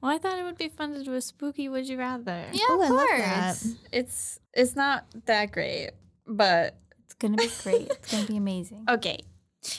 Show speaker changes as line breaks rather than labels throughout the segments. Well, I thought it would be fun to do a spooky would you rather.
Yeah,
Oh,
of
I love
course.
that.
It's it's not that great, but
It's gonna be great. It's gonna be amazing.
okay.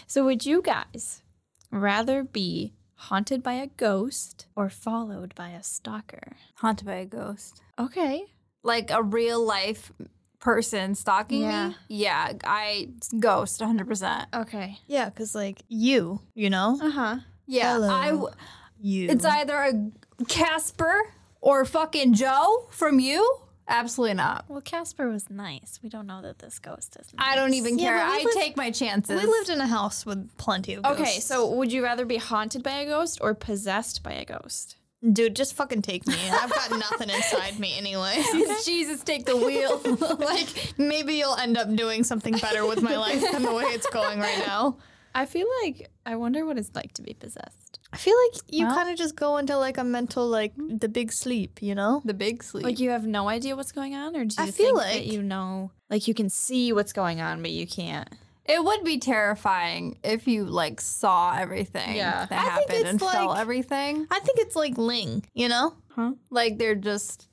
So would you guys
Rather be haunted by a ghost or followed by a stalker.
Haunted by a ghost,
Okay.
like a real life person stalking
Yeah.
me. Yeah, I ghost 100. percent
Okay.
Yeah, because like you, you know?
Uh-huh.
Yeah,
Hello.
I. W-
You.
it's either a Casper or fucking Joe from you. Absolutely not.
Well, Casper was nice. We don't know that this ghost is nice.
I don't even care.
Yeah, but we
I
lived-
take my
we
chances.
lived in a house with plenty of ghosts.
Okay, so would you rather be haunted by a ghost or possessed by a ghost?
Dude, just fucking take me. I've got nothing inside me anyway.
Jesus, take the wheel.
like maybe you'll end up doing something better with my life than the way it's going right now.
I feel like I wonder what it's like to be possessed.
I feel like you
Well-
kind of just go into like a mental like the big sleep, you know?
the big sleep.
Like you have no idea what's going on, or do you
I
feel
feel
like
like-
you know, like you can see what's going on, but you can't.
It would be terrifying if you like saw everything
Yeah.
that
I think
happened
it's
and felt
like-
everything.
I think it's like Ling, you know?
Like they're just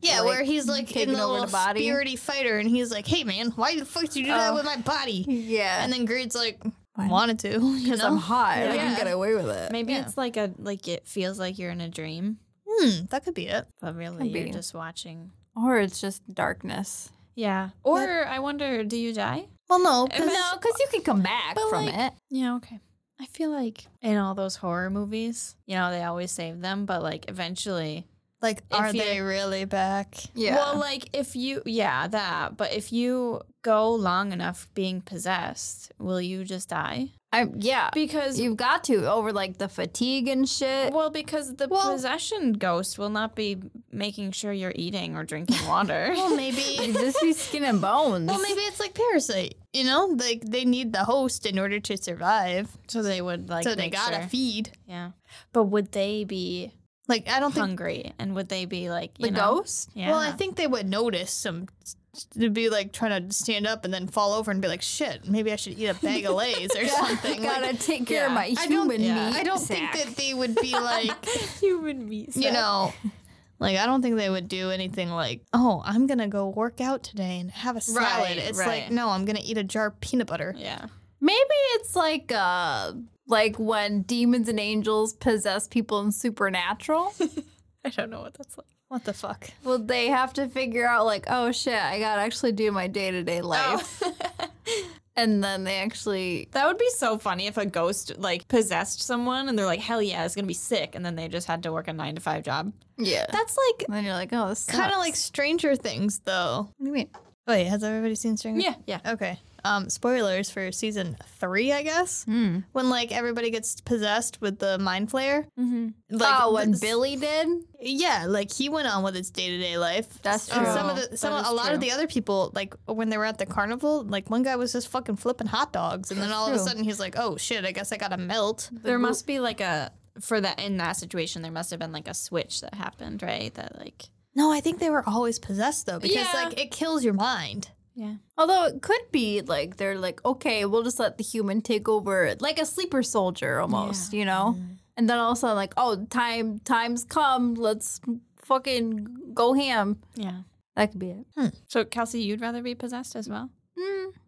Yeah,
like,
where he's like in
taking
the
over
little
the body.
spirity fighter, and he's like, "Hey man, why the fuck did you do that
Oh.
with my body?"
yeah,
And then Greed's like,
Why?
"Wanted to, you
because I'm
know?
hot, and I
Yeah.
can get away with it.
Maybe
Yeah.
it's like a like it feels like you're in a dream,
Hmm, that could be it."
but really
Could
you're
be.
just watching.
Or it's just darkness.
Yeah. Or I wonder, do you die?
Well, no,
No, because you can come back
But,
from
like-
it.
Yeah. Okay. I feel like in all those horror movies, you know, they always save them, but like eventually
like,
If
are
you-
they really back?
Yeah.
Well, like if you, yeah, that. But if you go long enough being possessed, will you just die?
I, yeah.
Because,
You've got to over like the fatigue and shit.
well, because the possession ghost will not be making sure you're eating or drinking water.
Well, maybe.
You'd just be skin and bones.
well, maybe it's like Parasite. You know, like they need the host in order to survive,
so they would like.
so they
make
gotta
sure.
feed.
Yeah. But would they be
Like, I don't think.
hungry? And would they be like you
the
know?
ghost.
Yeah.
Well, I think they would notice some. They'd be like trying to stand up and then fall over and be like, "Shit, maybe I should eat a bag of lays or something." Like,
Gotta take care
yeah.
of my
I don't-
human
yeah.
meat.
I don't think
sack.
that they would be like,
human meat.
you know, like I don't think they would do anything like, oh, I'm gonna go work out today and have a salad.
Right,
it's like,
right.
no, I'm gonna eat a jar of peanut butter.
Yeah.
Maybe it's like uh like when demons and angels possess people in supernatural.
I don't know what that's like.
What the fuck?
well, they have to figure out like, oh shit, I gotta actually do my day to day life, and then they actually
That would be so funny if a ghost like possessed someone and they're like, hell yeah, it's gonna be sick, and then they just had to work a nine to five job.
yeah.
That's like
and then you're like, oh, this
kind
sucks.
of like Stranger Things, though. Oh,
What do you mean?
Wait, has everybody seen Stranger?
Yeah, yeah.
Okay. Um, spoilers for season three, I guess. When like everybody gets possessed with the mind flayer.
Mm-hmm.
Like,
oh, what
this-
Billy did?
Yeah, like he went on with his day to day life.
That's
And
true.
some of the, some
That
a
is
lot of
true.
the other people, like when they were at the carnival, like one guy was just fucking flipping hot dogs, and then all of a
true.
sudden he's like, "Oh shit, I guess I gotta melt."
There must be like a for that in that situation. There must have been like a switch that happened, right? That like
No, I think they were always possessed though, because
Yeah.
like it kills your mind.
yeah,
Although it could be like they're like, okay, we'll just let the human take over, like a sleeper soldier almost, you know. And then all of a sudden, like, oh, time, time's come. Let's fucking go ham.
yeah.
That could be it.
So Kelsey, you'd rather be possessed as well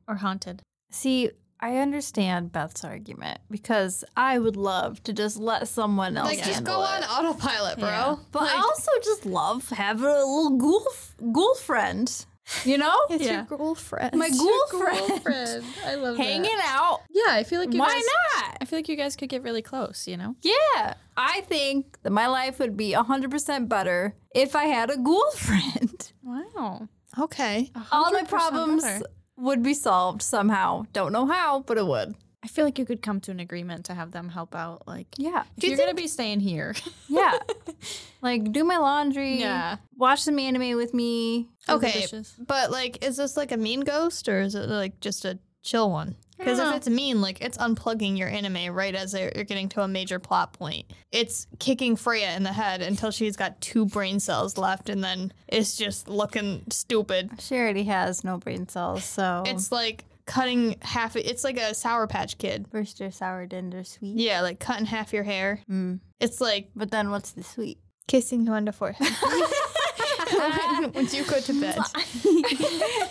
or haunted?
Hmm. See, I understand Beth's argument because I would love to just let someone else
Like just
handle
go
it.
on autopilot, bro.
Yeah.
But I also just love having a little ghoul ghoul friend, you know,
It's
Yeah.
your girlfriend.
My ghoul friend.
I love
hanging out.
Yeah, I feel like you
Why
guys,
not?
I feel like you guys could get really close. You know?
Yeah, I think that my life would be 100% better if I had a ghoul friend.
Wow.
Okay.
All my problems would be solved somehow. Don't know how, but it would.
I feel like you could come to an agreement to have them help out. Like,
Yeah.
if you're gonna be staying here.
Yeah. like do my laundry.
Yeah.
Watch some anime with me.
Do the
Okay,
dishes.
but like, is this like a mean ghost or is it like just a chill one? Because if
Yeah.
it's mean, like it's unplugging your anime right as they're- you're getting to a major plot point. It's kicking Freya in the head until she's got two brain cells left, and then it's just looking stupid. Oh.
She already has no brain cells, so
It's like cutting half. It's like a Sour Patch Kid.
First they're sour, then they're sweet.
Yeah, like cutting half your hair.
Mm.
It's like
But then what's the sweet?
Hmm. kissing you on the forehead when, when you go to bed.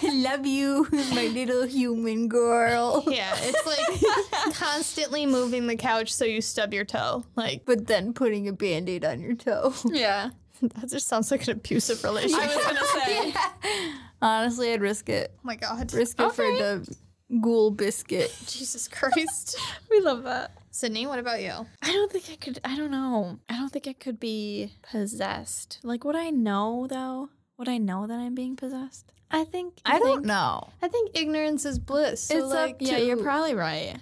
Love you, my little human girl.
Yeah, it's like constantly moving the couch so you stub your toe. Like
But then putting a band aid on your toe.
Yeah.
that just sounds like an abusive relationship.
I was going to say.
Honestly, I'd risk it.
oh my god.
Risk it for
Okay.
the ghoul biscuit.
Jesus Christ.
We love that.
Sydney, what about you?
I don't think I could. I don't know. I don't think I could be possessed. Like, would I know though? Would I know that I'm being possessed?
I think
I don't know.
I think ignorance is bliss. So
It's up
like,
Yeah,
to-
you're probably right.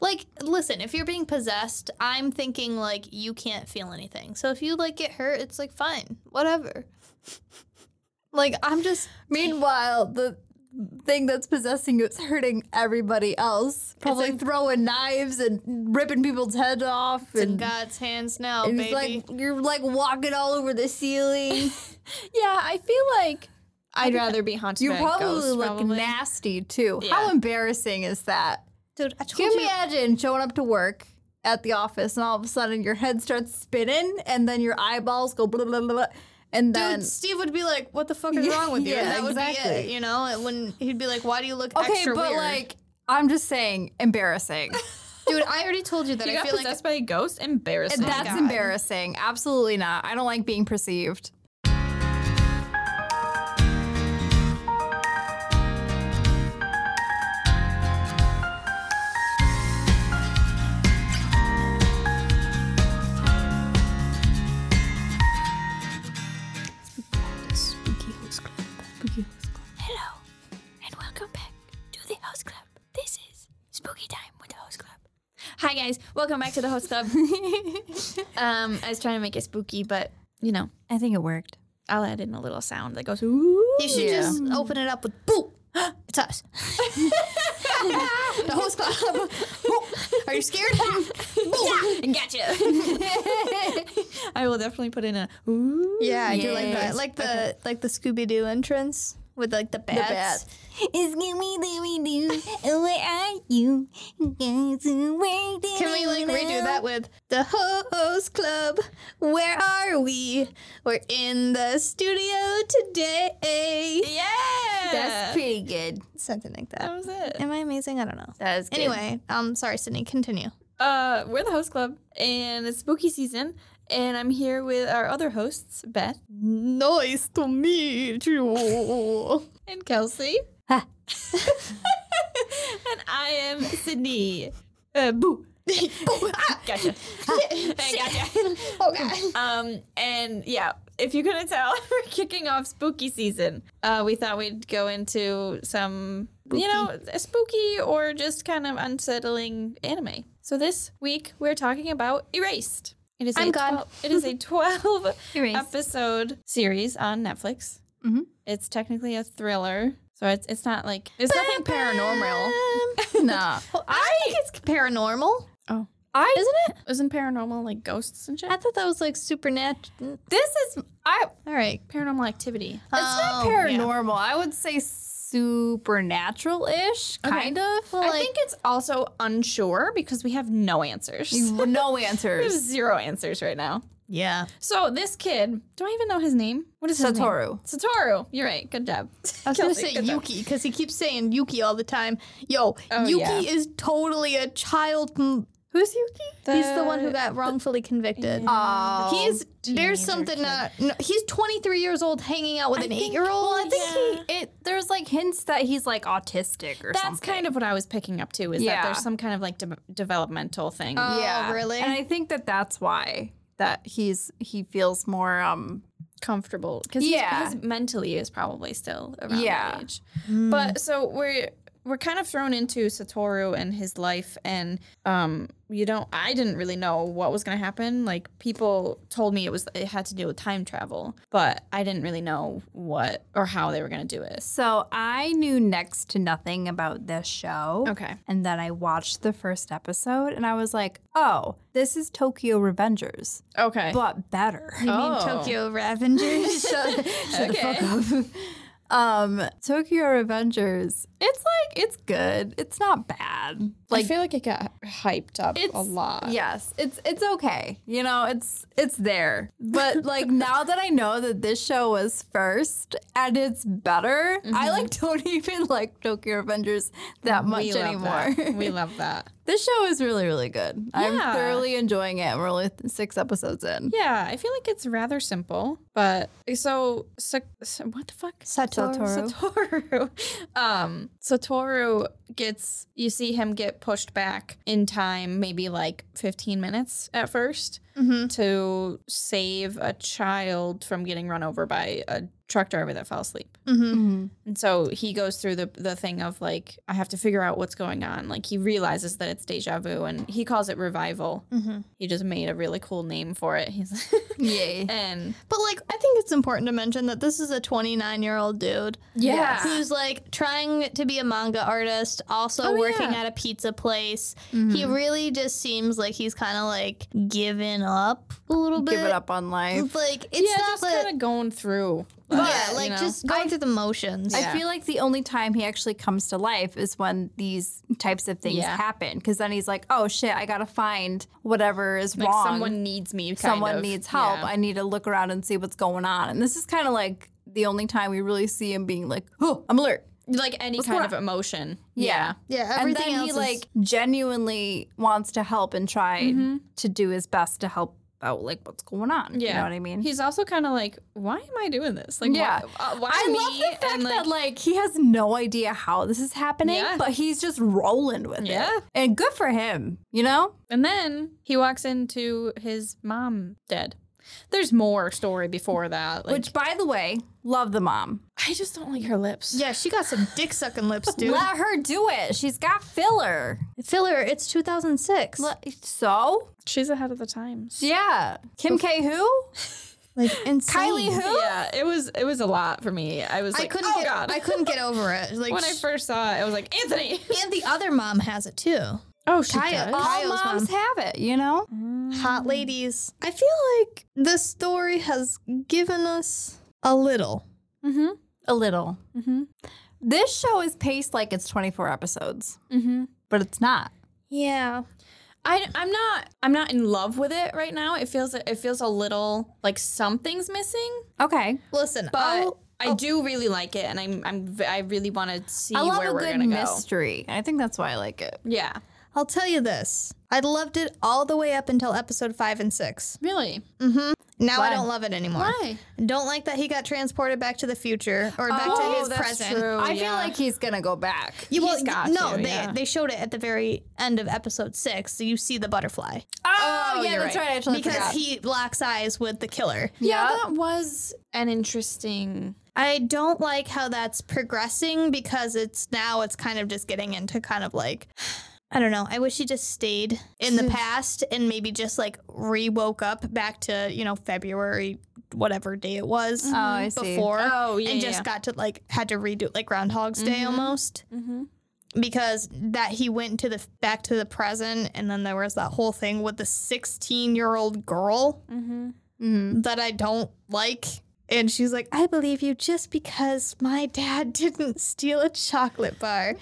like listen, if you're being possessed, I'm thinking like you can't feel anything. So if you like get hurt, it's like fine, whatever. like I'm just
Meanwhile, the thing that's possessing you is hurting everybody else. Probably throwing knives and ripping people's heads off.
in
And,
God's hands now,
and
baby.
it's like you're like walking all over the ceiling.
Yeah, I feel like I'd rather be haunted.
You
by
probably
a ghost,
look
probably.
nasty too. How
Yeah.
embarrassing is that?
Dude, I told
Can you
you.
imagine showing up to work at the office and all of a sudden your head starts spinning and then your eyeballs go blah blah blah, blah and
Dude,
then
Steve would be like, "What the fuck is
Yeah,
wrong with you?"
yeah,
that would be it,
exactly.
you know. It wouldn't. He'd be like, "Why do you look
okay,
extra
but
weird?"
like I'm just saying embarrassing.
dude, I already told you that.
You
I
got
feel like
possessed by a ghost? Embarrassing.
And that's
God.
embarrassing. Absolutely not. I don't like being perceived. Spooky House Club. Spooky House Club.
Hello, and welcome back to the Host Club. This is Spooky Time with the Host Club.
Hi guys, welcome back to the host club. um, I was trying to make it spooky, but you know,
I think it worked.
I'll add in a little sound that goes. Ooh.
you should just open it up with "Boo, it's us." the host club. Are you scared?
Gotcha. I will definitely put in a. Ooh.
yeah, I do like
Yes.
that. Like the like the Scooby Doo entrance with like the bats.
bats. It's Scooby Dooby Doo. Where are you?
Can
Can
we like redo that with the host club? Where are we? We're in the studio today.
Yeah.
That's pretty good.
Something like
that
that.
was it.
Am I amazing? I don't know.
That is good.
Anyway, um, sorry, Sydney. Continue.
Uh, we're the host club, and it's spooky season, and I'm here with our other hosts, Beth
Nice to meet you.
and Kelsey.
Ha.
and I am Sydney. Uh, boo. Ah, Gotcha. Hey, gotcha.
okay.
Um, and yeah, if you couldn't tell, we're kicking off spooky season. Uh, we thought we'd go into some, you know, a spooky or just kind of unsettling anime. So this week we're talking about Erased. It is
I'm
a
gone.
12 it is a 12
Erased.
episode series on Netflix.
Mm-hmm.
Mhm.
It's technically a thriller. So it's, it's not like there's nothing paranormal.
no.
I think it's paranormal.
Oh.
I isn't it?
Isn't paranormal like ghosts and shit?
I thought that was like supernatural.
This is I it's
All right.
Paranormal activity.
not
Oh, yeah.
paranormal. I would say supernatural ish, kind of.
I think it's also unsure because we have no answers.
You- no
We have
answers.
zero answers right now.
Yeah.
So this kid, do I even know his name? What is his name?
Satoru.
Satoru. You're right. Good job.
I was
Kelsey,
gonna
good
say
job.
Yuki because he keeps saying Yuki all the time. Yo,
Oh,
Yuki
yeah.
is totally a child. m-
Who's Yuki?
he's the one who got wrongfully convicted.
Oh.
He's
teenager
there's something.
kid.
Uh, no, he's 23 years old, hanging out with an eight year old.
I think he it there's like hints that he's like autistic or
That's
something.
kind of what I was picking up too. Is
Yeah.
that there's some kind of like de- developmental thing.
Oh, really?
And I think that that's why that he's he feels more um
comfortable because
Yeah.
his mentally is probably still around
Yeah.
that age.
Hmm.
But so we're we're kind of thrown into Satoru and his life, and um, you don't. I didn't really know what was going to happen. Like people told me it was it had to do with time travel, but I didn't really know what or how they were going to do it.
so I knew next to nothing about this show.
Okay.
And then I watched the first episode and I was like, "Oh, this is Tokyo Revengers,
Okay.
but better."
You mean
Oh.
Tokyo Revengers?
shut shut
Okay.
the fuck up. Um, Tokyo Revengers It's like it's good. It's not bad.
I
Like
feel like it got hyped up
it's
a lot.
Yes, it's it's okay. You know, it's it's there. But like now that I know that this show was first and it's better, I like don't even like Tokyo Avengers that much
we
anymore.
Love that. We love that.
this show is really really good.
Yeah.
I'm thoroughly enjoying it. We're only th- six episodes in.
Yeah, I feel like it's rather simple, but so, so, so- what the fuck?
Satoru.
Satoru. Um, Satoru gets you see him get pushed back in time, maybe like 15 minutes at 1st
Mm-hmm,
to save a child from getting run over by a truck driver that fell asleep.
Mm-hmm.
And so he goes through the the thing of like I have to figure out what's going on. Like he realizes that it's deja vu, and he calls it revival.
mm-hmm.
He just made a really cool name for it. He's
Yay.
and
But like, I think it's important to mention that this is a 29 year old dude.
Yeah.
Who's like trying to be a manga artist, also
Oh,
working
yeah.
at a pizza place. He really just seems like he's kind of like given up a little bit.
Give it up on life.
Like, it's
yeah,
not
just
that.
kind of going through. uh,
yeah,
you
like
know?
just going through the motions.
Yeah.
I feel like the only time he actually comes to life is when these types of things
Yeah.
happen. Because then he's like, oh shit, I gotta find whatever is
like
wrong.
someone needs me. Kind
someone
of.
needs help.
Yeah.
I need to look around and see what's going on. And this is kind of like the only time we really see him being like, oh, I'm alert.
like any kind of emotion.
Yeah.
Yeah,
And
everything
then
else
he
is-
like genuinely wants to help and try to do his best to help out like what's going on.
Mm-hmm. yeah.
You know what I mean?
He's also kind of like, why am I doing this? Like,
Yeah.
why, uh, why
I
me?
love the fact
and like,
that like he has no idea how this is happening,
Yeah.
but he's just rolling with
Yeah.
it. And good for him, you know?
and then he walks into his mom dead. There's more story before that. Like,
Which by the way, love the mom.
I just don't like her lips.
yeah, she got some dick sucking lips, dude.
Let her do it. She's got filler.
Filler, it's 2006.
So?
She's ahead of the times.
Yeah. Kim K who?
like insane.
Kylie who?
Yeah, it was it was a lot for me. I was
I
like,
couldn't
oh
get
god.
I couldn't get over it. Like
when I
sh-
first saw it, I was like, Anthony.
and the other mom has it too.
Oh, she
Kaya.
does?
All
Kyle's
moms have it, you know?
Mm.
Hot ladies. I feel like this story has given us a little.
A little. This show is paced like it's 24 episodes, but it's not.
Yeah.
I, I'm not I'm not in love with it right now. It feels it feels a little like something's missing,
Okay.
Listen,
but
I'll-
I do really like it, and I'm I'm v- I really want to see
I love
where
a
we're
good
gonna
mystery. I think that's why I like it.
go. Yeah,
I'll tell you this. I loved it all the way up until episode five and six.
really.
Now
Why?
I don't love it anymore.
Why?
Don't like that he got transported back to the future or back
Oh,
to his present.
I feel like he's going to go back.
You, well,
He's got
no,
to,
they,
yeah.
they showed it at the very end of episode six. So you see the butterfly
Oh, yeah,
you're
that's
right.
right. I totally
because
forgot.
he locks eyes with the killer.
yeah, that was an interesting.
I don't like how that's progressing because it's now it's kind of just getting into kind of like I don't know. I wish he just stayed in the past and maybe just like re woke up back to, you know, February, whatever day it was
Oh, I see.
before.
Oh, yeah,
And just
yeah. Mm-hmm.
got to like had to redo like Groundhog's Day almost. Because that he went to the back to the present and then there was that whole thing with the sixteen year old girl
Mm-hmm.
that I don't like. And she's like, I believe you just because my dad didn't steal a chocolate bar.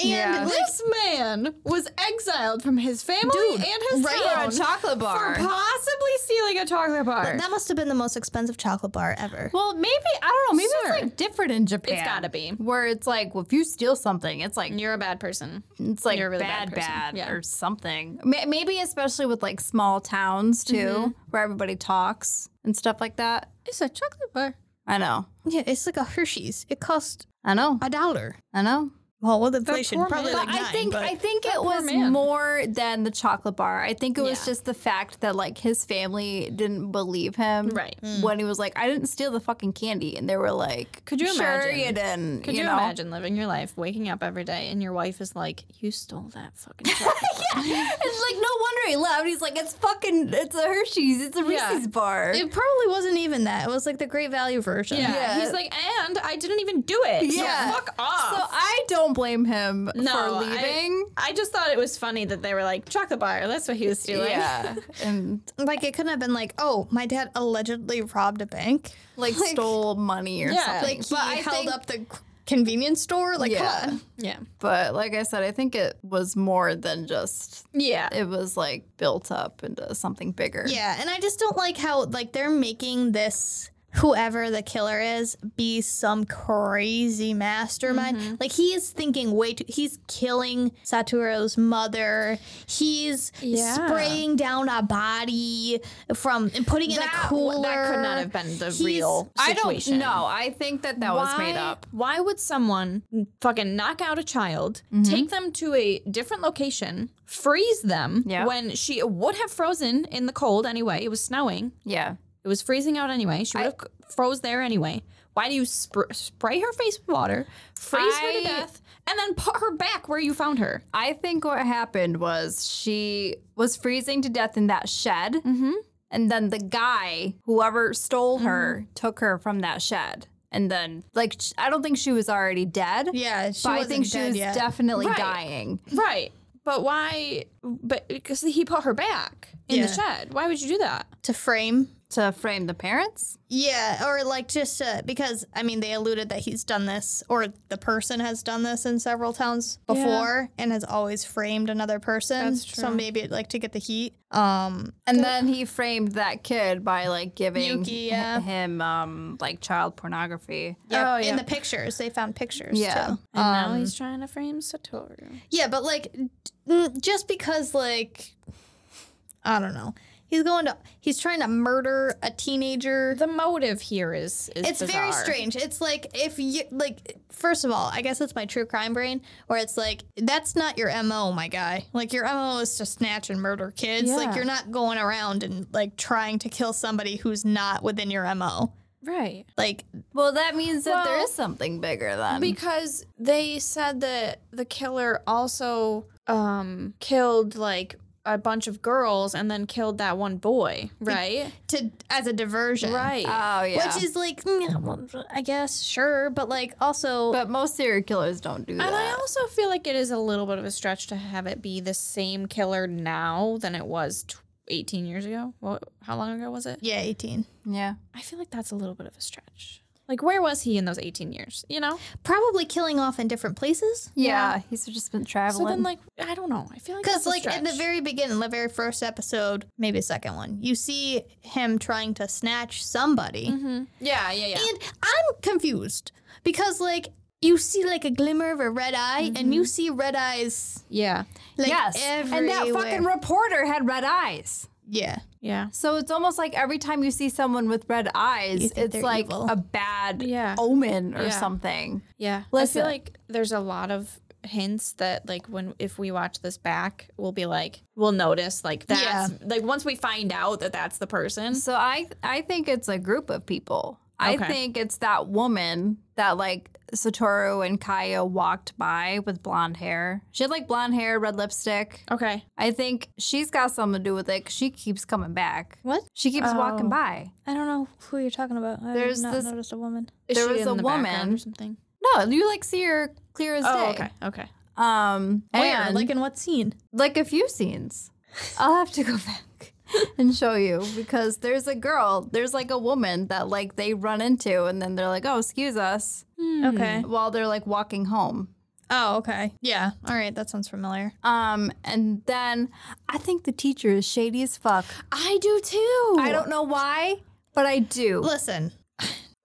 And
Yeah.
like,
This man was exiled from his family and his
right
town
a chocolate bar.
for possibly stealing a chocolate bar.
that must have been the most expensive chocolate bar ever.
Well, maybe I don't know. Maybe
Sure.
it's like different in Japan.
It's gotta be.
where it's like well, if you steal something, it's like
You're a bad person.
it's like
you're a really bad
bad,
person.
bad,
Yeah.
or something. Ma- Maybe especially with like small towns too, where everybody talks and stuff like that.
It's a chocolate bar.
I know,
Yeah, it's like a Hershey's. It cost
I know,
a dollar.
I know.
Well, with inflation,
poor
probably
man.
like
But
nine.
I think
but
I think it
poor
was
man.
more than the chocolate bar. I think it was
Yeah.
just the fact that like his family didn't believe him,
Right.
When he was like, "I didn't steal the fucking candy," and they were like,
Could you
sure
imagine?
you didn't?"
Could you,
know?
imagine living your life, waking up every day, and your wife is like, "You stole that fucking chocolate."
It's like no wonder he left. He's like, it's fucking, it's a Hershey's, it's a
Yeah.
Reese's bar.
it probably wasn't even that. It was like the great value version.
Yeah.
Yeah.
He's like, and I didn't even do it.
Yeah.
So fuck
so
off.
I don't blame him
no,
for leaving.
I, I just thought it was funny that they were like, chocolate bar, that's what he was doing.
yeah, and
Like it couldn't have been like, oh, my dad allegedly robbed a bank.
like, stole money or
Yeah.
something.
Like he
But I
held
think-
up the convenience store. Like,
Yeah.
come on.
Yeah.
But like I said, I think it was more than just
Yeah.
it was like built up into something bigger.
Yeah, and I just don't like how like they're making this whoever the killer is be some crazy mastermind.
Mm-hmm.
Like he is thinking way too he's killing Satoru's mother. He's
Yeah.
spraying down a body from and putting it in a
That,
cooler.
that could not have been the
He's-
real
I don't
situation.
know. I think that that was made
Why-
up.
Why would someone fucking knock out a child,
Mm-hmm.
take them to a different location, freeze them
Yeah.
when she would have frozen in the cold anyway? It was snowing.
Yeah.
It was freezing out anyway. She would have c- froze there anyway. Why do you spr- spray her face with water, freeze her
I-
to death, and then put her back where you found her?
I think what happened was she was freezing to death in that shed. Mm-hmm. And then the guy, whoever stole her, took her from that shed. And then, like, sh- I don't think she was already dead.
Yeah, she
but I
wasn't
think she
dead
was
yet.
definitely
Right.
dying.
Right. But why? But because he put her back in the
Yeah.
shed. Why would you do that?
to frame.
To frame the parents?
Yeah, or like just uh, because I mean they alluded that he's done this or the person has done this in several towns before and has always framed another person.
That's
So
true.
maybe like to get the heat. Um
And then he framed that kid by like giving
Yuki, yeah.
h- him um like child pornography.
Yeah,
Oh,
in
yeah.
the pictures, they found pictures.
Yeah.
too.
And now
Um,
he's trying to frame Satoru.
yeah, but like, d- mm, just because like, I don't know, he's going to, he's trying to murder a teenager.
The motive here is, is
It's very
bizarre.
strange. It's like if you like, first of all, I guess it's my true crime brain, where it's like that's not your mo, my guy. Like your mo is to snatch and murder kids. Like
Yeah.
you're not going around and like trying to kill somebody who's not within your mo.
Right.
Like
Well, that means that there
Well,
is something bigger then.
Because they said that the killer also um, killed like a bunch of girls and then killed that one boy, right?
to as a diversion,
Right.
oh yeah.
Which is like, mm, well, I guess, sure, but like also,
but most serial killers don't do
and I
that.
also feel like it is a little bit of a stretch to have it be the same killer now than it was t- 18 years ago. What, how long ago was it?
yeah, 18.
Yeah.
I feel like that's a little bit of a stretch. Like, where was he in those 18 years? You know?
Probably killing off in different places.
Yeah, he's just been traveling.
So then, like, I don't know. I feel like
Because,
that's a
like, in the
stretch.
very beginning, the very first episode, maybe second one, you see him trying to snatch somebody.
yeah, yeah, yeah.
And I'm confused because, like, you see, like, a glimmer of a red eye, and you see red eyes,
Yeah.
like,
yes,
everywhere.
and that fucking reporter had red eyes.
yeah.
Yeah.
So it's almost like every time you see someone with red eyes,
think
it's
they're
like
evil.
a bad
Yeah.
omen or
Yeah.
something.
Yeah.
Listen.
I feel like there's a lot of hints that like when if we watch this back, we'll be like we'll notice like that's like once we find out that that's the person.
So I I think it's a group of people. I
Okay.
think it's that woman that like Satoru and Kaya walked by with blonde hair. She had like blonde hair, red lipstick.
Okay.
I think she's got something to do with it 'cause she keeps coming back.
What?
She keeps walking
Oh.
by.
I don't know who you're talking about. I
There's
not
this-
noticed a woman.
Is
There
she
was
in
a
the background
woman.
or something.
No, you like see her clear as day.
Oh, okay. Okay.
Um,
Where?
and
Like,
like,
in what scene?
a few scenes. I'll have to go back and show you because there's a girl, there's like a woman that like they run into and then they're like, "Oh, excuse us,"
Hmm. Okay.
while they're like walking home.
Oh, okay. Yeah. All right. That sounds familiar.
Um, and then I think the teacher is shady as fuck.
I do too.
I don't know why, but I do.
Listen,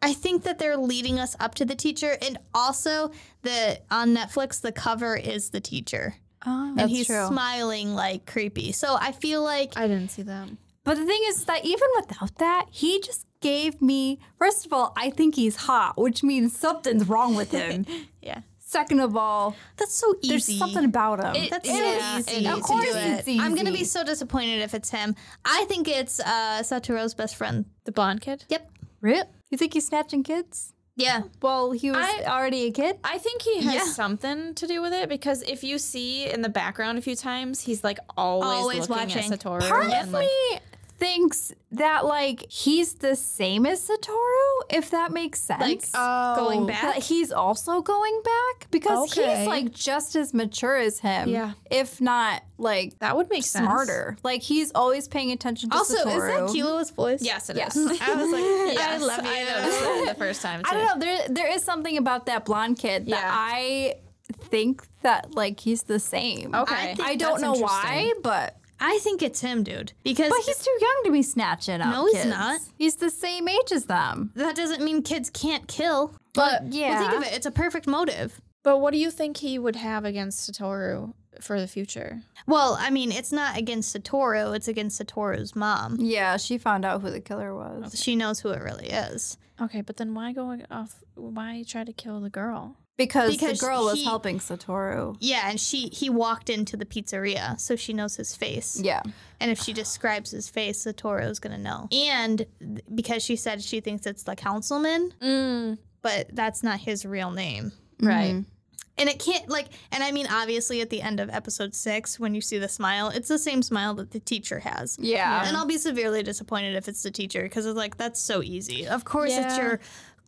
I think that they're leading us up to the teacher, and also the on Netflix the cover is the teacher,
Oh,
and he's smiling like creepy. So I feel like
I didn't see them.
But the thing is that even without that, he just gave me. First of all, I think he's hot, which means something's wrong with him.
Yeah.
Second of all,
that's so easy.
there's something about him.
that's
it
so
is
easy.
easy
to
Of course
do it.
it's
I'm gonna be
easy.
so disappointed if it's him. I think it's uh, Satoru's best friend.
The blonde kid?
Yep.
Rip. You think he's snatching kids?
Yeah.
Well, he was
I-
already a kid.
I think he has
Yeah.
something to do with it because if you see in the background a few times, he's like always,
Always
looking
watching.
at Satoru.
Part
and
of
like,
me thinks that like he's the same as Satoru, if that makes sense.
Like oh, going back.
That he's also going back because
Okay.
he's like just as mature as him.
Yeah.
If not like
That would make sense.
smarter. Like he's always paying attention to
also,
Satoru.
is that Kilo's voice?
Yes, it is.
Yes.
I was like, I
Yes,
love you.
I noticed that the first time.
I don't know. There there is something about that blonde kid that
Yeah.
I think that like he's the same.
Okay.
I,
I think that's
don't know why, but
I think it's him, dude. Because
but he's too young to be snatching up.
No, he's
kids.
not.
He's the same age as them.
that doesn't mean kids can't kill.
But
Well,
yeah,
think of it. It's a perfect motive.
But what do you think he would have against Satoru for the future?
Well, I mean, it's not against Satoru. It's against Satoru's mom.
yeah, she found out who the killer was.
She knows who it really is.
Okay, but then why go off? Why try to kill the girl?
Because,
Because
the girl was
he-
helping Satoru.
Yeah, and she he walked into the pizzeria, so she knows his face.
Yeah.
And if she describes his face, Satoru's gonna know. And th- because she said she thinks it's the councilman,
Mm,
but that's not his real name.
right.
Mm-hmm.
And it can't like, and I mean, obviously, at the end of episode six, when you see the smile, it's the same smile that the teacher has.
Yeah.
And I'll be severely disappointed if it's the teacher because it's like that's so easy. Of course, it's
Yeah.
your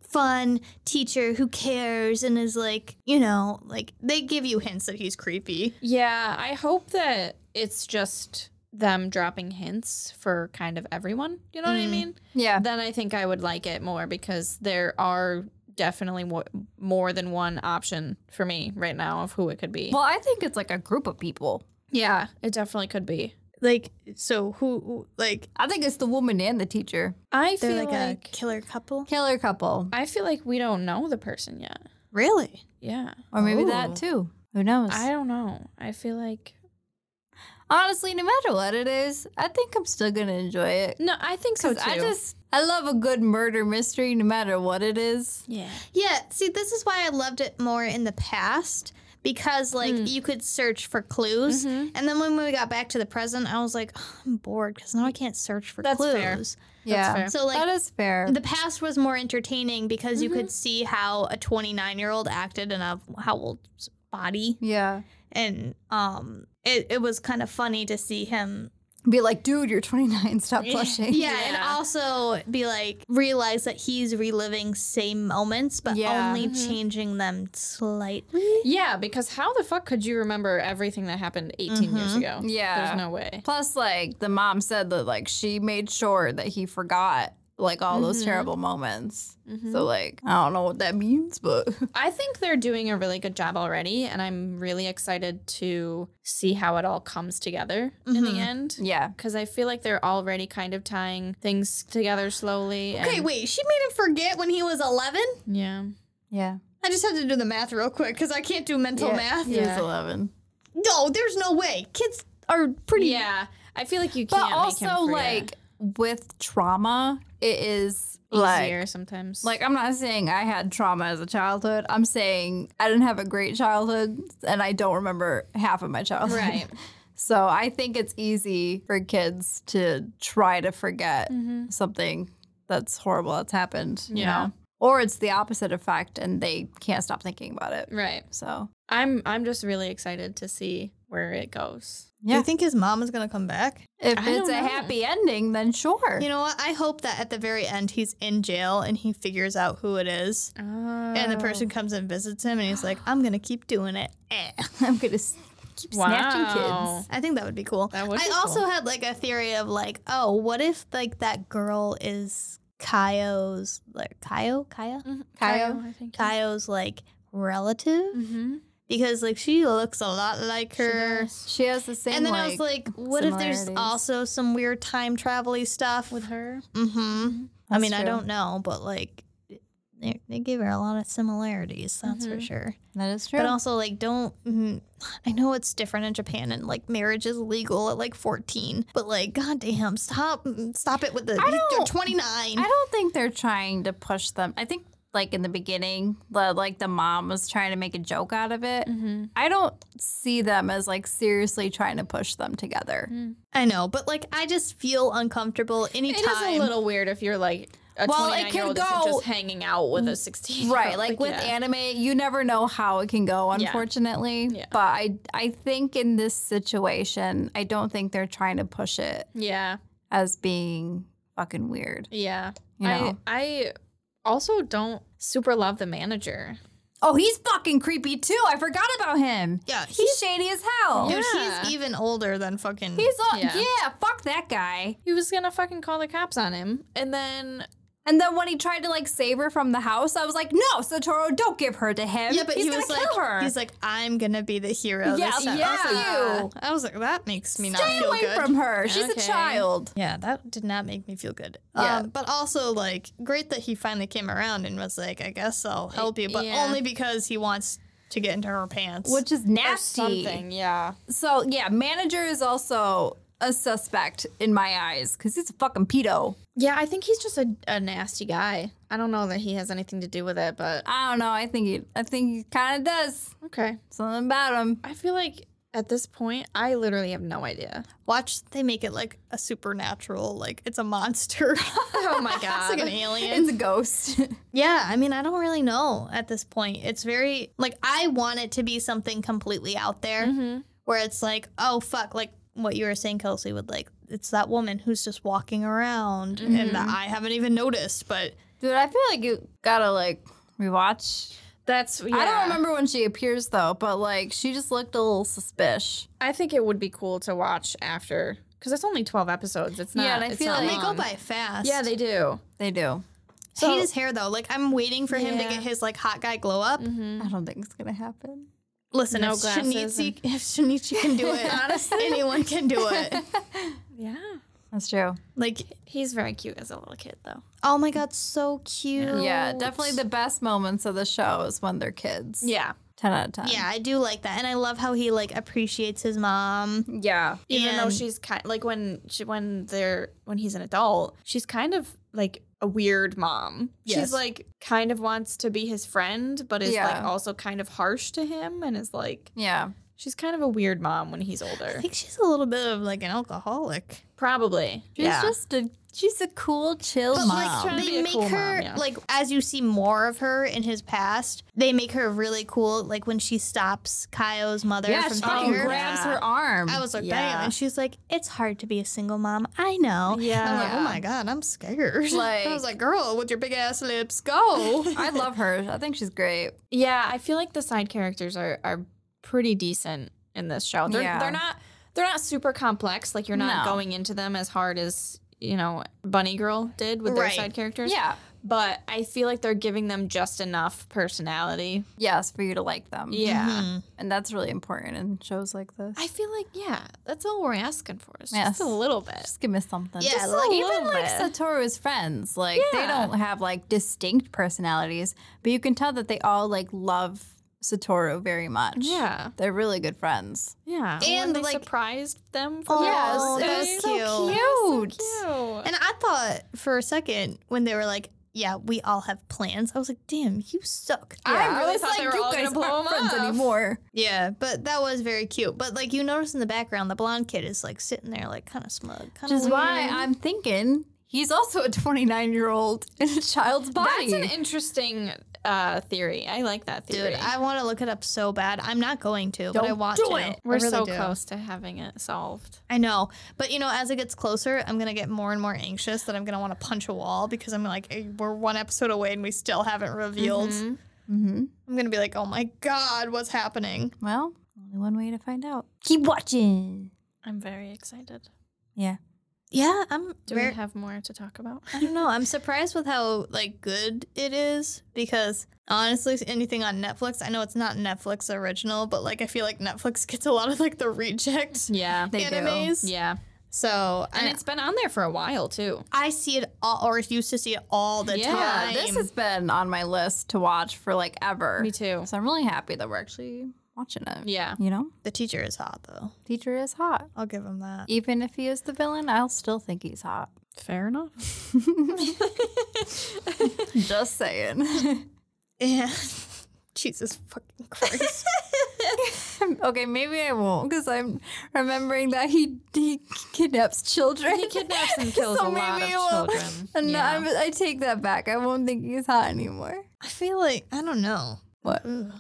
fun teacher who cares and is like, you know, like they give you hints that he's creepy.
Yeah, I hope that it's just them dropping hints for kind of everyone. You know what I mean?
Yeah.
Then I think I would like it more because there are definitely mo- more than one option for me right now of who it could be.
Well, I think it's like a group of people.
yeah, it definitely could be.
Like, so who, who- like,
I think it's the woman and the teacher.
I
they're
feel
like,
like,
a killer couple?
Killer couple.
I feel like we don't know the person yet.
Really?
Yeah.
Or maybe
Ooh.
that too. Who knows?
I don't know. I feel like
Honestly, no matter what it is, I think I'm still going to enjoy it.
No, I think so
Because
too.
I just, I love a good murder mystery no matter what it is.
yeah.
Yeah. See, this is why I loved it more in the past because, like,
Hmm.
you could search for clues.
Mm-hmm.
And then when we got back to the present, I was like, "Ugh, I'm bored because now I can't search for
That's fair.
clues.
yeah.
fair.
So, like,
that is fair.
The past was more entertaining because you could see how a 29 year old acted in a how old's body,
yeah.
and um, it, it was kind of funny to see him.
Be like, dude, you're 29. Stop blushing.
Yeah, and also be like realize that he's reliving same moments, but
Yeah.
only changing them slightly.
Yeah, because how the fuck could you remember everything that happened 18 years ago?
Yeah.
There's no way.
Plus, like the mom said that like she made sure that he forgot like all those terrible moments. So like I don't know what that means, but
I think they're doing a really good job already, and I'm really excited to see how it all comes together in the end.
yeah.
Because I feel like they're already kind of tying things together slowly.
Okay,
and-
wait, she made him forget when he was 11.
Yeah.
Yeah.
I just had to do the math real quick because I can't do mental math.
He was
Yeah.
11.
No, there's no way. Kids are pretty.
Yeah. I feel like you
But
can't. make him
also
forget
like with trauma, it is
easier
like
sometimes.
like uh, I'm not saying I had trauma as a childhood. I'm saying I didn't have a great childhood and I don't remember half of my childhood.
right.
So I think it's easy for kids to try to forget
Mm-hmm.
something that's horrible that's happened. You
Yeah.
know? Or it's the opposite effect and they can't stop thinking about it.
Right.
So
I'm I'm just really excited to see where it goes.
Do
yeah.
you think his mom is going to come back?
If
I
it's a
don't know.
happy ending, then sure.
You know what? I hope that at the very end he's in jail and he figures out who it is.
Oh.
And the person comes and visits him and he's like, I'm going to keep doing it. Eh.
I'm gonna s- keep snatching
Wow.
kids.
I think that would be cool.
That would
I
be
also
cool.
had like a theory of like, oh, what if like that girl is Kaio's, like Kaio? Kaya?
Mm-hmm.
Kyle.
I think.
Kaio's like relative?
Mm-hmm.
Because like she looks a lot like her.
She has the same.
And then I was like, what if there's
similarities.
also some weird time travel stuff
With her.
Mm-hmm. I
That's
mean, I
true.
don't know, but like, they, they give her a lot of similarities. That's for
Mhm.
sure.
that is Mm-hmm. true.
But also, like, don't. Mm, I know it's different in Japan, and like, marriage is legal at like fourteen. But like, goddamn, stop, mm, stop it with the.
I
You're
don't-
twenty nine.
I don't think they're trying to push them. I think like in the beginning, the like the mom was trying to make a joke out of it.
Mm-hmm.
I don't see them as like seriously trying to push them together.
I know, but like, I just feel uncomfortable
It
anytime.
is a little weird if you're like a
Well, it
29 year old
could
isn't
go- Mm,
just hanging out with a 16.
Right, like with anime, you never know how it can go,
Yeah.
unfortunately.
Yeah.
But I I think in this situation, I don't think they're trying to push it.
Yeah.
as being fucking weird.
Yeah.
You know.
I I also don't super love the manager.
Oh, he's fucking creepy too. I forgot about him.
Yeah,
He's, shady as hell.
Dude,
Yeah.
he's even older than fucking.
Oh, He's all, yeah.
Yeah.
fuck that guy.
He was gonna fucking call the cops on him, and then
And then when he tried to like save her from the house, I was like, no, Satoru, don't give her to him.
yeah, but
he's
he
gonna
was like,
kill her.
he's like, I'm gonna be the hero.
Yeah,
this time."
yeah.
I was, like, I was like, that makes me
Stay
not feel
away
good.
from her. She's a
Okay.
child.
yeah, that did not make me feel good.
Yeah.
Um, but also like, great that he finally came around and was like, I guess I'll help you, but
yeah.
only because he wants to get into her pants.
Which is nasty.
something. Yeah.
So yeah, manager is also a suspect in my eyes because he's a fucking pedo.
Yeah, I think he's just a, a nasty guy. I don't know that he has anything to do with it, but
I don't know. I think he, I think he kind of does
okay.
something about him.
I feel like at this point, I literally have no idea.
watch they make it like a supernatural, like it's a monster.
Oh my
it's like
god.
an alien.
It's a ghost.
Yeah, I mean, I don't really know at this point. It's very like I want it to be something completely out there
Mm-hmm.
where it's like, oh fuck, like what you were saying, Kelsey, with like it's that woman who's just walking around
Mm-hmm.
and that I haven't even noticed, but
Dude, I feel like you gotta like rewatch.
That's yeah.
I don't remember when she appears though, but like she just looked a little suspicious.
I think it would be cool to watch after because it's only twelve episodes. It's not.
Yeah, and I
it's
feel
not
like-
they go
long.
by fast.
Yeah, they do.
They do.
I hate his hair though. Like I'm waiting for him to
Yeah.
get his like hot guy glow up.
I don't think it's gonna happen.
Listen,
No
if
glasses
Shinichi if Shinichi can do it, anyone can do it.
Yeah.
That's true.
Like,
He's very cute as a little kid, though.
oh my god, so cute.
Yeah, definitely the best moments of the show is when they're kids.
Yeah.
10 out of 10.
Yeah, I do like that. And I love how he like appreciates his mom.
Yeah.
Even though
And-
she's kind like when she when they're when he's an adult, she's kind of like a weird mom.
Yes.
She's like kind of wants to be his friend, but is like
Yeah.
also kind of harsh to him, and is like
Yeah.
she's kind of a weird mom when he's older.
I think she's a little bit of like an alcoholic.
Probably.
She's just a she's a cool, chill
But
mom.
trying to
like
be
they
a
make
cool mom,
her
yeah.
like as you see more of her in his past, they make her really cool. Like when she stops Kaio's mother
yeah,
from
she
hitting
fucking
her.
grabs her arm.
I was like,
Yeah.
damn. And she's like, it's hard to be a single mom. I know.
Yeah.
I'm like, oh my God, I'm scared.
Like-
I was like, girl, with your big ass lips, go.
I love her. I think she's great.
Yeah, I feel like the side characters are are pretty decent in this show. They're
Yeah.
they're not they're not super complex. Like you're not
No.
going into them as hard as you know Bunny Girl did with their
Right.
side characters.
Yeah.
but I feel like they're giving them just enough personality.
Yes, for you to like them.
Yeah,
And that's really important in shows like this.
I feel like yeah, that's all we're asking for is
Yes.
just a little bit.
Just give me something.
Yeah,
Just a
like-
even
little
like
bit.
Satoru's friends, like they
Yeah.
don't have like distinct personalities, but you can tell that they all like love Satoru very much.
Yeah.
they're really good friends.
Yeah,
And,
and they
like-
surprised them. For
Oh,
Yes,
that
it
was
was
cute.
so cute.
cute.
And I thought for a second when they were like, yeah, we all have plans. I was like, damn, you suck.
Yeah, I really
was
thought they were all gonna
guys
blow
aren't
'em
friends
up.
anymore.
Yeah, but that was very cute. But like you notice in the background, the blonde kid is like sitting there, like kind of smug. Kind
Which is why I'm thinking he's also a 29 year old in a child's body.
That's an interesting uh, theory. I like that theory.
Dude, I want to look it up so bad. I'm not going to, but I want
do
to.
it.
I
We're
really
so
do.
close to having it solved.
I know, but you know, as it gets closer, I'm gonna get more and more anxious that I'm gonna want to punch a wall because I'm like, eh, we're one episode away and we still haven't revealed.
mm-hmm.
I'm gonna be like, oh my god, what's happening?
Well, only one way to find out.
Keep watching.
I'm very excited.
Yeah.
Yeah, I'm.
Do
very-
we have more to talk about?
I don't know. I'm surprised with how like good it is because honestly, anything on Netflix, I know it's not Netflix original, but like I feel like Netflix gets a lot of like the reject
Yeah.
They do.
animes.
yeah.
So
And
I,
it's been on there for a while too.
I see it all, or used to see it all the
Yeah,
time.
This has been on my list to watch for like ever.
Me too.
So I'm really happy that we're actually watching it.
Yeah.
You know,
the teacher is hot though.
teacher is hot.
I'll give him that.
Even if he is the villain, I'll still think he's hot.
Fair enough.
Just saying.
Yeah. Jesus fucking Christ.
okay, maybe I won't because I'm remembering that he, he kidnaps children.
He kidnaps and kills a
So
lot of
maybe it will-
children.
And
yeah.
I'm, I take that back. I won't think he's hot anymore.
I feel like I don't know.
What?
Ugh.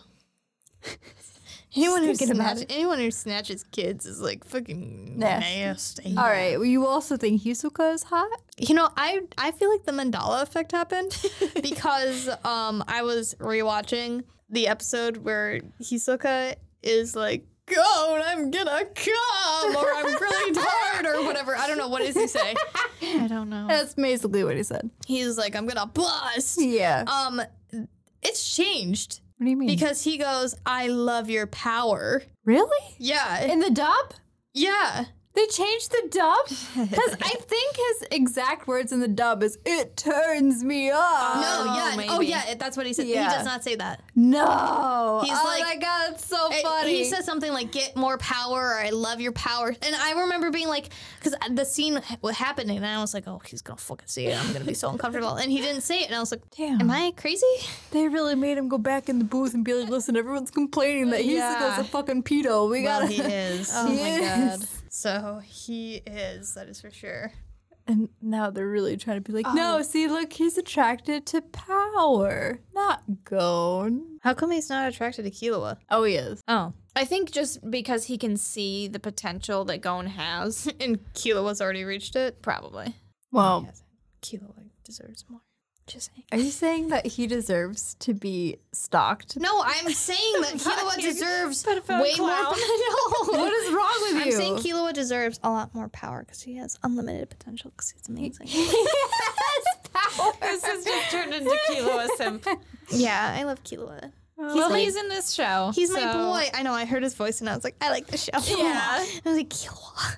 Anyone who Thinking about snatch, anyone who snatches kids is like fucking
Nasty.
nasty.
All right. Well, you also think Hisoka is hot?
Oh.
You know, I I feel like the mandala effect happened because um I was rewatching the episode where Hisoka is like, "Go, and I'm gonna come," or "I'm really tired," or whatever. I don't know what does he say.
I don't know.
That's basically what he said.
He's like, "I'm gonna bust."
Yeah.
Uh,
Um, it's changed
what do you mean?
because he goes, "I love your power."
really?
Yeah,
In the dub?
yeah.
They changed the dub? Because I think his exact words in the dub is, it turns me
No,
up.
yeah. Oh,
maybe.
yeah. That's what he said.
Yeah.
He does not say that.
No.
He's
oh
like-
my God, it's so
It-
funny.
He says something like "Get more power" or "I love your power," and I remember being like, because the scene was happening, and I was like, "Oh, he's gonna fucking say it. I'm gonna be so uncomfortable." And he didn't say it, and I was like,
Damn.
"Am I crazy?"
They really made him go back in the booth and be like, listen, everyone's complaining that Hisoka's
Yeah.
a fucking pedo. We gotta.
is.
Oh my Yes. God.
So he is. That is for sure.
And now they're really trying to be like, no, see, look, he's attracted to power, not Gon.
How come he's not attracted to Killua?
Oh, he is.
Oh,
I think just because he can see the potential that Gon has,
and Killua's already reached it.
probably.
Well,
Killua deserves more. Just saying.
are you saying that he deserves to be stalked?
No, I'm saying that Killua deserves way more.
clown.
No.
What is wrong with
I'm
you?
saying Killua deserves a lot more power because he has unlimited potential because he's amazing.
This has just turned into Kilo a simp.
yeah, I love Killua.
well, he's in this show.
He's my
so-
boy. I know. I heard his voice and I was like, I like the show.
Yeah.
I was like, Killua.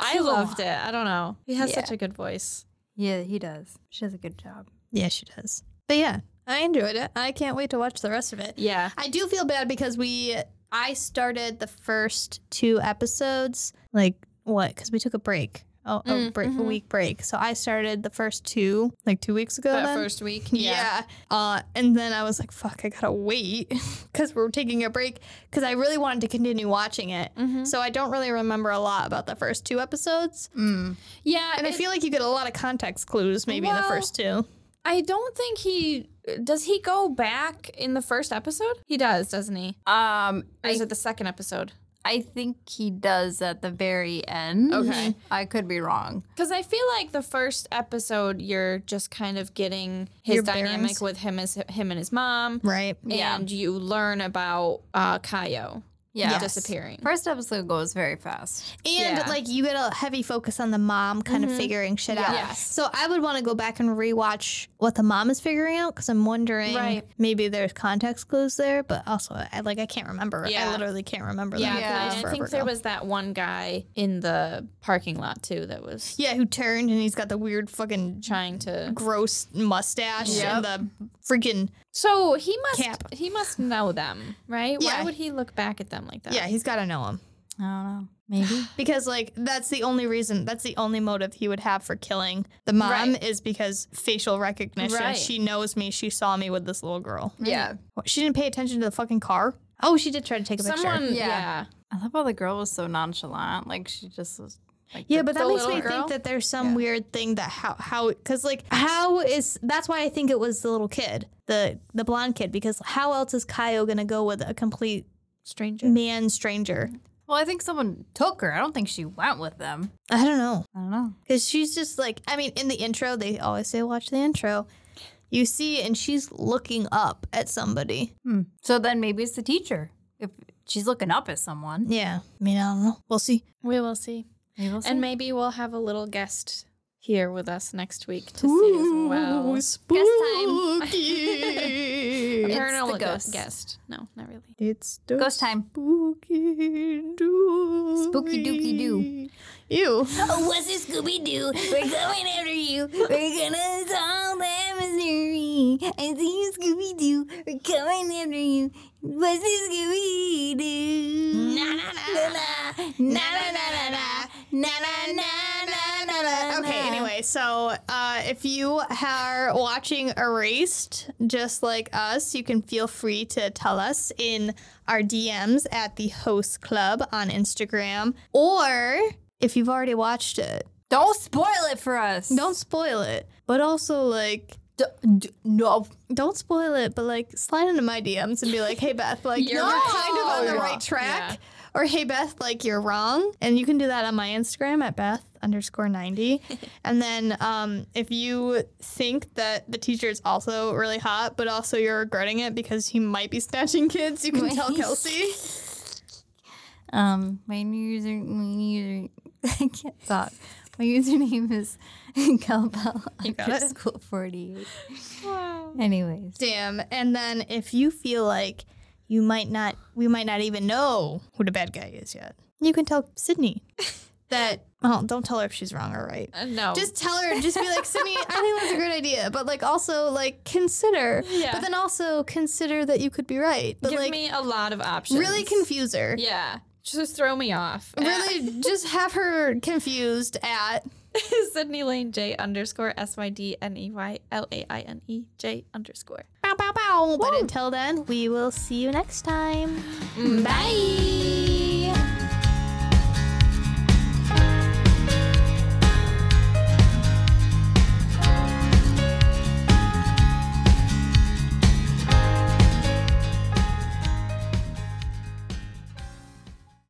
I loved it. I don't know. He has such a good voice.
Yeah, he does. She does a good job.
Yeah, she does. But yeah, I enjoyed it. I can't wait to watch the rest of it.
Yeah.
I do feel bad because we I started the first two episodes like what? Because we took a break. Oh,
Mm,
a, break,
mm-hmm.
a week break. So I started the first two like two weeks ago.
That
then.
first week.
Yeah. Uh, and then I was like, fuck, I gotta wait because we're taking a break because I really wanted to continue watching it.
Mm-hmm.
So I don't really remember a lot about the first two episodes.
Yeah.
And I
it-
feel like you get a lot of context clues maybe in the
Well-
first two.
I don't think he does. He go back in the first episode. He does, doesn't he?
Um,
Or is
I,
it the second episode?
I think he does at the very end.
Okay.
I could be wrong.
Because I feel like the first episode, you're just kind of getting his
Your
dynamic
bearings.
with him as him and his mom,
Right.
Yeah.
and you learn about uh, Kaio
Yeah.
Yes.
disappearing.
First episode goes very fast.
And
Yeah. Mm-hmm.
like you get a heavy focus on the mom kind of figuring shit out.
Yes.
So I would want to go back and rewatch what the mom is figuring out because I'm wondering
Right.
maybe there's context clues there, but also I like I can't remember. I
Yeah.
literally can't remember. them
Yeah,
because it
yeah.
was
I
forever
think there
ago.
was that one guy in the parking lot too that was
Yeah, who turned and he's got the weird fucking
trying to.
gross mustache and the freaking
So he must
Cap.
he must know them, right?
Yeah.
Why would he look back at them like that?
yeah. He's got to know him
I don't know. Maybe.
because like that's the only reason that's the only motive he would have for killing the mom
Right.
is because facial recognition.
Right.
She knows me. She saw me with this little girl.
yeah.
What, she didn't pay attention to the fucking car. Oh, she did try to take a
Someone,
picture.
yeah.
Yeah. I love how the girl was so nonchalant. Like she just was. Like,
Yeah, but that
the
makes me
little girl?
think that there's some weird thing that how how because like how is that's why I think it was the little kid, the the blonde kid, because how else is Kaio gonna go with a complete
stranger.
man stranger?
well, I think someone took her. I don't think she went with them.
I don't know.
I don't know.
Because she's just like, I mean, in the intro, they always say, watch the intro. You see, and she's looking up at somebody.
Hmm. So then maybe it's the teacher. If she's looking up at someone.
Yeah. I mean, I don't know. We'll see.
We will see. And
and
maybe we'll have a little guest here with us next week to see as well.
Spooky.
A
It's
paranormal
the
gu-
ghost.
guest. No, not really.
it's the
ghost time.
spooky doo.
Spooky dooky doo.
Ew.
Oh, what's this Scooby Doo? We're going after you. We're gonna solve that mystery. I see you, Scooby Doo. We're coming after you. What's this Scooby Doo? Na na na na na na na na na na na na na.
Okay, anyway, so uh, if you are watching Erased, just like us, you can feel free to tell us in our DMs at the Host Club on Instagram, or if you've already watched it,
Don't spoil it for us.
don't spoil it. But also, like,
D- d- no.
Don't spoil it, but like slide into my DMs and be like, "Hey Beth, like
You're
you're kind of on the
wrong."
right track," or "Hey Beth, like you're wrong." And you can do that on my Instagram at Beth underscore ninety. and then um, if you think that the teacher is also really hot, but also you're regretting it because he might be snatching kids, you can tell Kelsey.
Um, my new user, my new user, I can't talk. My username is Calpel. You
got it.
School 48. Anyways.
Damn. And then if you feel like you might not, we might not even know who the bad guy is yet, you can tell Sydney that, oh, don't tell her if she's wrong or right.
Uh, no.
Just tell her, just be like, Sydney, I think that's a great idea. But like, also, like, consider.
Yeah.
But then also consider that you could be right. But
give
like,
me a lot of options.
really confuse her.
Yeah. Just throw me off. Uh,
Really just have her confused at.
Sydney Lane J underscore S Y D N E Y L A I N E J underscore.
Bow, bow, bow. But until then, we will see you next time. Bye.